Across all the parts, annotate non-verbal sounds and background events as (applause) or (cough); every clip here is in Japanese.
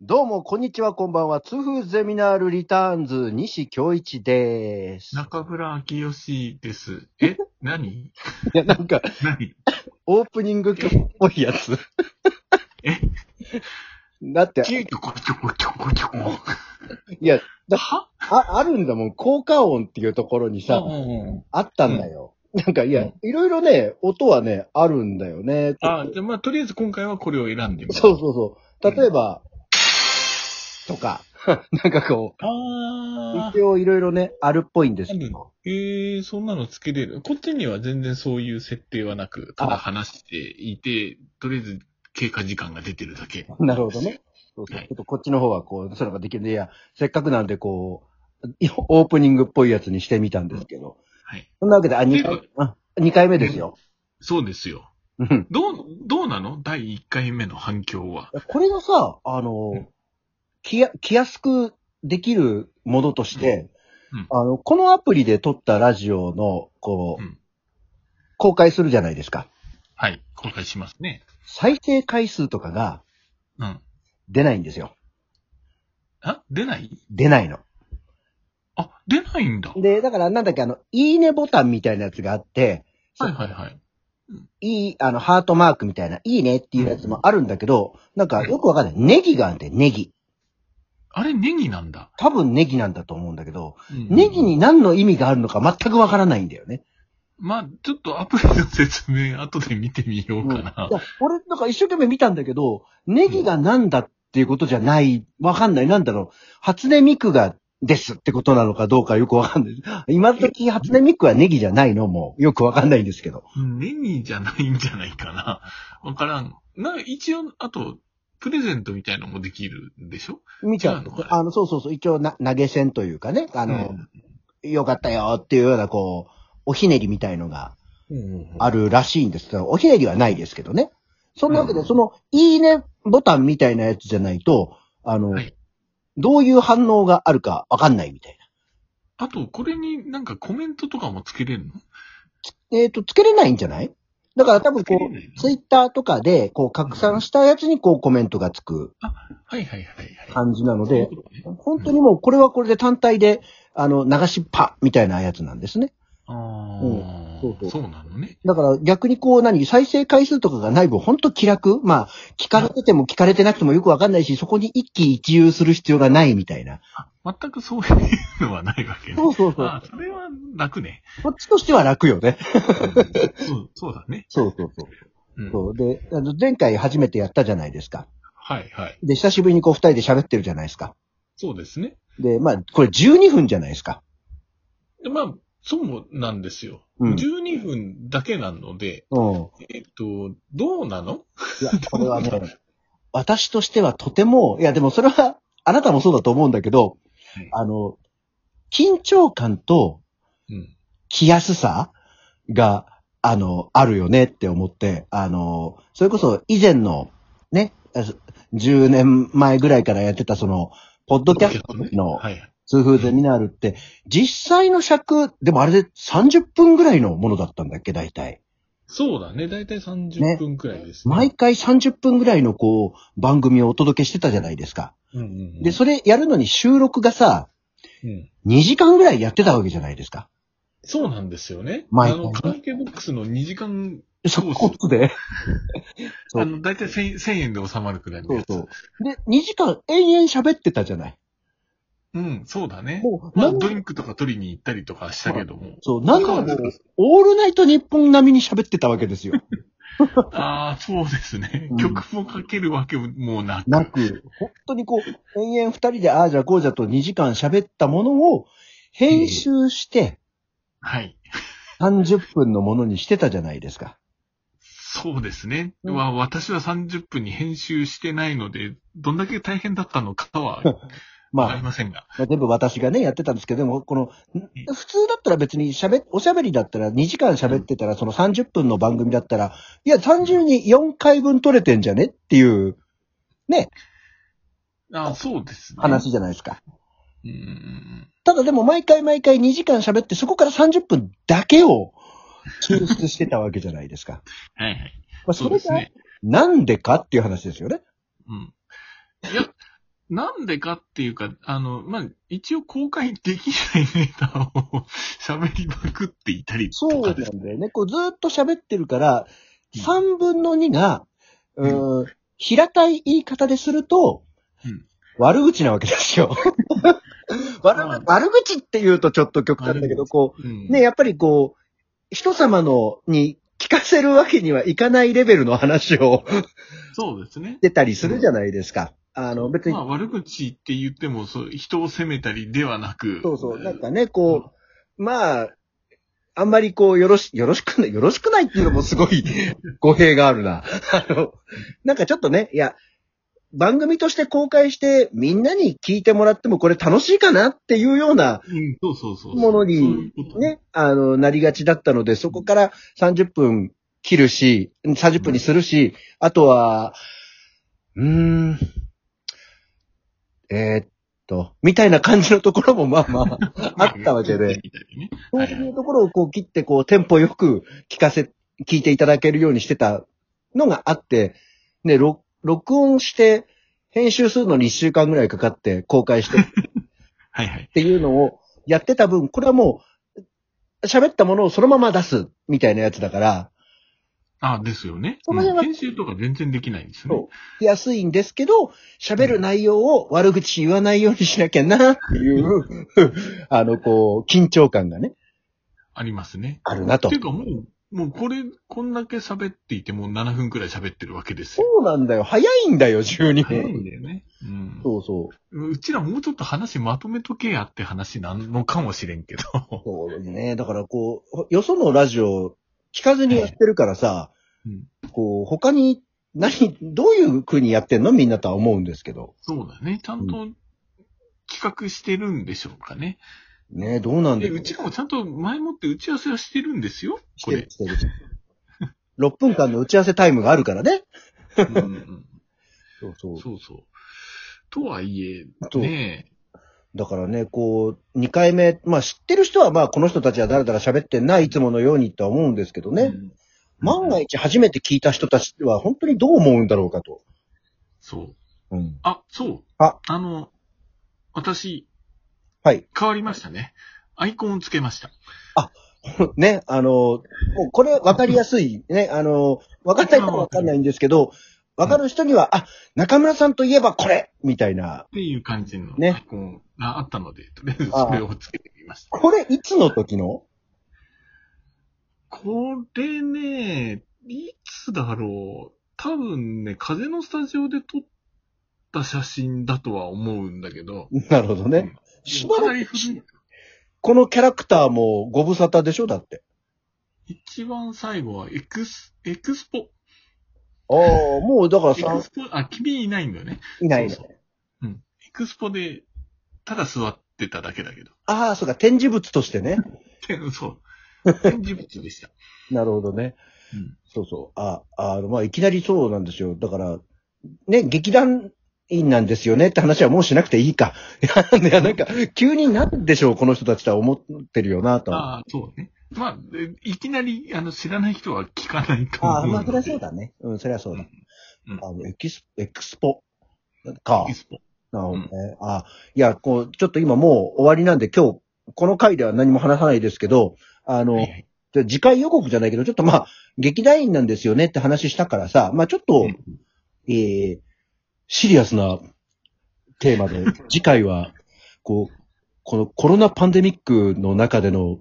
どうも、こんにちは、こんばんは。痛風ゼミナールリターンズ、西京一です。中村明義です。え何いや、なんか、何オープニング曲っぽいやつ。えだって、ちょこちょこちょこちょこ。いや、だはあ、あるんだもん。効果音っていうところにさ、うんうんうんあったんだよ。なんか、いうやん、いろいろね、音はね、あるんだよね。あ、じゃあまあ、とりあえず今回はこれを選んでみたそうそうそう。例えば、と (laughs) か、なんかこう、あ一応いろいろね、あるっぽいんですー。けなんだど。えー、そんなのつけれる。こっちには全然そういう設定はなく、ただ話していて、とりあえず経過時間が出てるだけ。 (laughs) なるほどね。そうそう。はちいょっとこっちの方はこう、そういうのができるんで、いや、せっかくなんでこう、いオープニングっぽいやつにしてみたんですけど。はい。そんなわけで、あ、2ていう回、あ、二回目ですよ。そうですよ。うん。どう、どうなの第1回目の反響は。これがさ、あうのん、きや、きやすくできるものとして、うんあの、このアプリで撮ったラジオの、こう、うん公開するじゃないですか。はい。公開しますね。再生回数とかがうん。出ないんですよ。あ、出ない出ないの。あ、出ないんだ。はいで、だからなんだっけ、あの、いいねボタンみたいなやつがあって、はいはい。いい、あの、ハートマークみたいな、いいねっていうやつもあるんだけど、なんかよくわかんない。ネギがあるんだよ、ネギ。あれ、ネギなんだ。多分ネギなんだと思うんだけど、ネギに何の意味があるのか全くわからないんだよね。まあ、ちょっとアプリの説明、後で見てみよう、うんかいやな。俺、なんか一生懸命見たんだけど、ネギがなんだっていうことじゃない、わかんない。なんだろう。初音ミクがですってことなのかどうかよくわかんない。今時初音ミクはネギじゃないのもよくわかんないんですけど。ネギじゃないんじゃないかな。わからん。な、一応、あと、プレゼントみたいのもできるんでしょみたいな違うのか。なあの、そうそうそう。一応な、投げ銭というかね。あの、うんよかったよっていうような、こう、おひねりみたいのがあるらしいんですけど、おひねりはないですけどね。そんなわけで、うんその、いいねボタンみたいなやつじゃないと、あの、はいどういう反応があるかわかんないみたいあと、これになんかコメントとかもつけれるのな。えっ、と、つけれないんじゃないだから多分こ、つけれないうツイッターとかで、こう、拡散したやつに、こう、コメントがつくはいはいはいはい。感じなのそういうでこ、とね本当にもう、これはこれで単体で、あの、流しっぱみたいなやつなんですね。あそうそうあ、そうなのね。だから逆にこう何、再生回数とかがない分、ほんと気楽まあ、聞かれてても聞かれてなくてもよくわかんないし、そこに一喜一憂する必要がないみたいな。全くそういうのはないわけね。そうそうそう。あそれは楽 (laughs) ね。こっちとしては楽よね。そうそうだね。そうそうそう。うんそうで、あの前回初めてやったじゃないですか。はいはい。で、久しぶりにこう二人で喋ってるじゃないですか。そうですね。で、まあ、これ12分じゃないですか。でまあ、そうなんですよ。うん12分だけなので、うん。えっと、どうなのいや、これはね、 (laughs) 私としてはとても、いや、でもそれは、あなたもそうだと思うんだけどはい、あの、緊張感と、うん。着やすさが、あの、あるよねって思って、あの、それこそ以前の、ね、あ10年前ぐらいからやってたその、ポッドキャストの時のはい。痛風ゼミナールって、実際の尺、でもあれで30分ぐらいのものだったんだっけ、大体。そうだね。だいたいね30分くらいですね。毎回30分ぐらいのこう、番組をお届けしてたじゃないですか。うんうんうん、で、それやるのに収録がさ、うん2時間ぐらいやってたわけじゃないですか。そうなんですよね。毎あ回ねの、カラオケボックスの2時間、そそうこで。そうあの、だいたい 1000, 1000円で収まるくらいのそうやつ。そう。で、2時間延々喋ってたじゃない。うん、そうだね。もう、まあ、何ドリンクとか取りに行ったりとかしたけども。そう、何度そうも、オールナイト日本並みに喋ってたわけですよ。ああ、そうですねうん。曲もかけるわけもな (laughs) く。なく、本当にこう、延々2人でああじゃこうじゃと2時間喋ったものを、編集してはい。 30分のものにしてたじゃないですか。そうですね。うんわ私は30分に編集してないので、どんだけ大変だったのか (laughs) はわかりまあ、ませんが。まあ全部私がね、やってたんですけど、でも、この、普通だったら別に喋、おしゃべりだったら2時間喋ってたら、その30分の番組だったら、いや、単純に4回分撮れてんじゃねっていうあそうですね。話じゃないですか。うんうんうん。ただでも毎回毎回2時間喋って、そこから30分だけを抽出してたわけじゃないです (laughs) か。はいはい。まあ、そそうでれすがね。なんでかっていう話ですよね。うん。いや、なんでかっていうか、あの、まあ、一応公開できないネタを喋りまくっていたりそとうなかんです。だよね。こうずーっと喋ってるから、うん3分の2が、うーん、平たい言い方ですると、うん悪口なわけです (laughs) よ。悪まあ悪口って言うとちょっと極端だけど、こうんう、ね、やっぱりこう、人様のに聞かせるわけにはいかないレベルの話をそうですね。出たりするじゃないですか。あの、別にまあ、悪口って言っても、そう、人を責めたりではなく。そうそう。なんかね、こう、まあ、あんまりこう、よろし、よろしくない、よろしくないっていうのもすごい (laughs) 語弊があるな。あの、なんかちょっとね、いや、番組として公開して、みんなに聞いてもらってもこれ楽しいかなっていうようなうん、そうそうそうそう。ものそういにうこと、ね、あの、なりがちだったので、そこから30分切るし、30分にするし、あとは、うーん、えーっと、みたいな感じのところもまあ (laughs) まあ、あったわけで、みたいにね。そうはいいうところをこう切って、こう、テンポよく聞かせ、聞いていただけるようにしてたのがあって、ね、録録音して、編集するのに1週間ぐらいかかって公開して、はいはいっ。ていうのをやってた分、これはもう、喋ったものをそのまま出すみたいなやつだから、あ、ですよね。その辺はうん編集とか全然できないんですね。そう安いんですけど、喋る内容を悪口言わないようにしなきゃなっていう、 (laughs) あの、こう、緊張感がね、ありますね。あるなとってい。うかもう、もうこれ、こんだけ喋っていてもう7分くらい喋ってるわけですそよ。うなんだよ。早いんだよ、12早い分。んだよね。うん。そうそう。うちらもうちょっと話まとめとけやって話なのかもしれんけど。そうね。だからこう、よそのラジオ聞かずにやってるからさ、うんこう、他に、何、どういう風にやってんのみんなとは思うんですけど。そうだね。ちゃんと企画してるんでしょうかね。ねどうなんで、だろうちらもちゃんと前もって打ち合わせはしてるんですよ。しこてる (laughs) れ。してる。6分間の打ち合わせタイムがあるからね。うんうんそうそうんそうそう。とはいえ、そうねだからね、こう、2回目、まあ知ってる人はまあこの人たちはだらだら喋ってんな、いつものようにとは思うんですけどえ。ね。うん万が一初めて聞いた人たちは本当にどう思うんだろうかと。そう。うん。あ、そう。ああの、私、はい。 (laughs) 変わりましたね。アイコンをつけました。ね、あの、もうこれ分かりやすい。ね、あの、分かんない人は分かんないんですけど、分かる人には、あ、中村さんといえばこれみたいな。っていう感じのねアイコンがあったので、とりあえずそれをつけてみました。これいつの時の (laughs) これね、いつだろう。多分ね、風のスタジオで撮った写真だとは思うんだけど。なるほどね。しばかならりく古い。このキャラクターもご無沙汰でしょだって。一番最後はエクス、エクスポ。ああ、もうだからエクさ、スポ、あ、君いないんだよね。いないね。そうそううん。エクスポで、ただ座ってただけだけど。ああ、そうか、展示物としてね。て (laughs) (laughs) そう。展示物でした。なるほどね。うんそうそう。あ、あの、まあ、いきなりそうなんですよ。だから、ね、劇団員なんですよねって話はもうしなくていいか。 (laughs) いや、なんか、急になんでしょう、この人たちとは思ってるよな、と。あああ、そうね。まあ、えいきなり、あの、知らない人は聞かないと思うあ、まあ、そりゃそそうだね。うん、そりゃそうだ。うんあの、エキス、エクスポ。かエク。スポ。なるほどね。あ、いや、こう、ちょっと今もう終わりなんで、今日、この回では何も話さないですけど、あの、はいはいじゃあ次回予告じゃないけど、ちょっとまあ、劇団員なんですよねって話したからさ、まあちょっと、うんえーシリアスなテーマ (laughs) で、次回は、こう、このコロナパンデミックの中での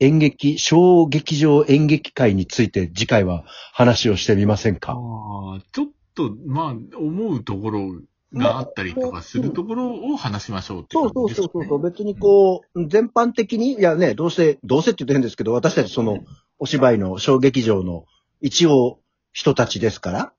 演劇、小劇場演劇会について次回は話をしてみませんか。ああ、ちょっと、まあ、思うところがあったりとかするところを話しましょうってそ感うそうじですそうね。そうそう、別にこう、全般的に、いやね、どうせ、どうせって言って変ですけど、私たちその、お芝居の小劇場の一応人たちですから、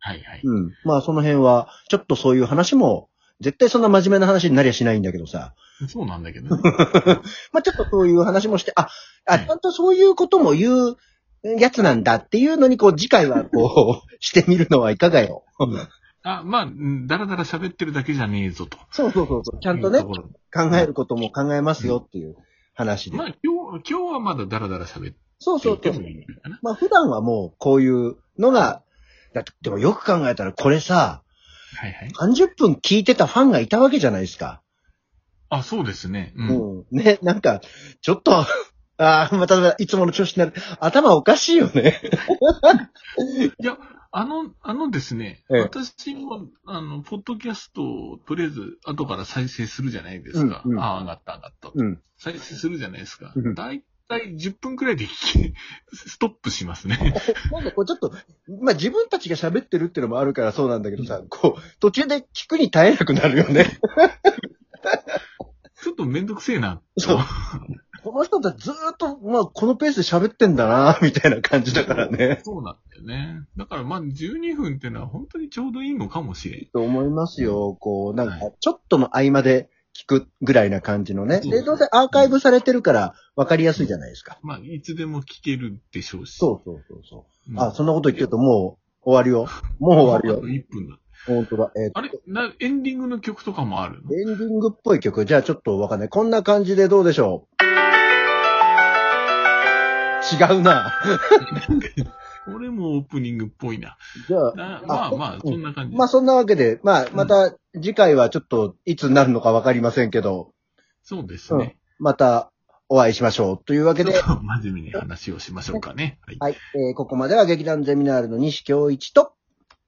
はいはい。うん。まあその辺は、ちょっとそういう話も、絶対そんな真面目な話になりゃしないんだけどさ。そうなんだけどね。 (laughs) まあちょっとそういう話もして、あ、あ、うんちゃんとそういうことも言うやつなんだっていうのに、こう次回はこ (laughs) う、してみるのはいかがよ。あ、まあ、うんだらだら喋ってるだけじゃねえぞと。そうそうそうそう。ちゃんとね、いう考ころえることも考えますよっていう話で。まあ、今日、今日はまだだらだら喋ってそうそいうそてもう。いいのかな。まあ普段はもうこういうのが、だって、でもよく考えたらこれさ、はいはい。 30分聞いてたファンがいたわけじゃないですか。あ、そうですね。ううん。ん。ね、なんか、ちょっと、ああ、また、いつもの調子になる。頭おかしいよね。いや、あの、あのですね、ええ私も、あの、ポッドキャストをとりあえず後から再生するじゃないですか。うんうんああ、上がった上がった。うん。再生するじゃないですかうん。だいたい10分くらいで聞き、 (laughs) ストップしますね。 (laughs) なんかこうちょっと、まあ、自分たちが喋ってるってのもあるからそうなんだけどさ、こう、途中で聞くに耐えなくなるよね。ちょっとめんどくせえな。そう。この人たちずーっと、まあ、このペースで喋ってんだな、みたいな感じだからね。そうなんだよね。だからまあ12分ってのは本当にちょうどいいのかもしれん。と思いますよ。こう、なんはか、ちょっとの合間で聞くぐらいな感じのね。そうで、どうせアーカイブされてるから、わかりやすいじゃないですか。まあいつでも聞けるでしょうし。そうそうそうそう。うん。あ、そんなこと言ってるともう終わるよ。もう終わあとるよ。 1分だ。本当だ。えーあれなエンディングの曲とかもあるのエンディングっぽい曲。じゃあちょっとわかんない。こんな感じでどうでしょう違うな。これもオープニングっぽいな。じゃあ、なまあまあ、そんな感じ。まあそんなわけで、まあまた次回はちょっといつになるのかわかりませんけど、そうですね。またお会いしましょう。というわけちょでっ、と (laughs) 真面目に話をしましょうかね。はい。はい。えーここまでは劇団ゼミナールの西京一と、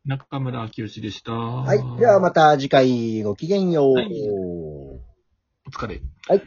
中村明義でした。は。はいではまた次回ごきげんよう。はいお疲れ。はい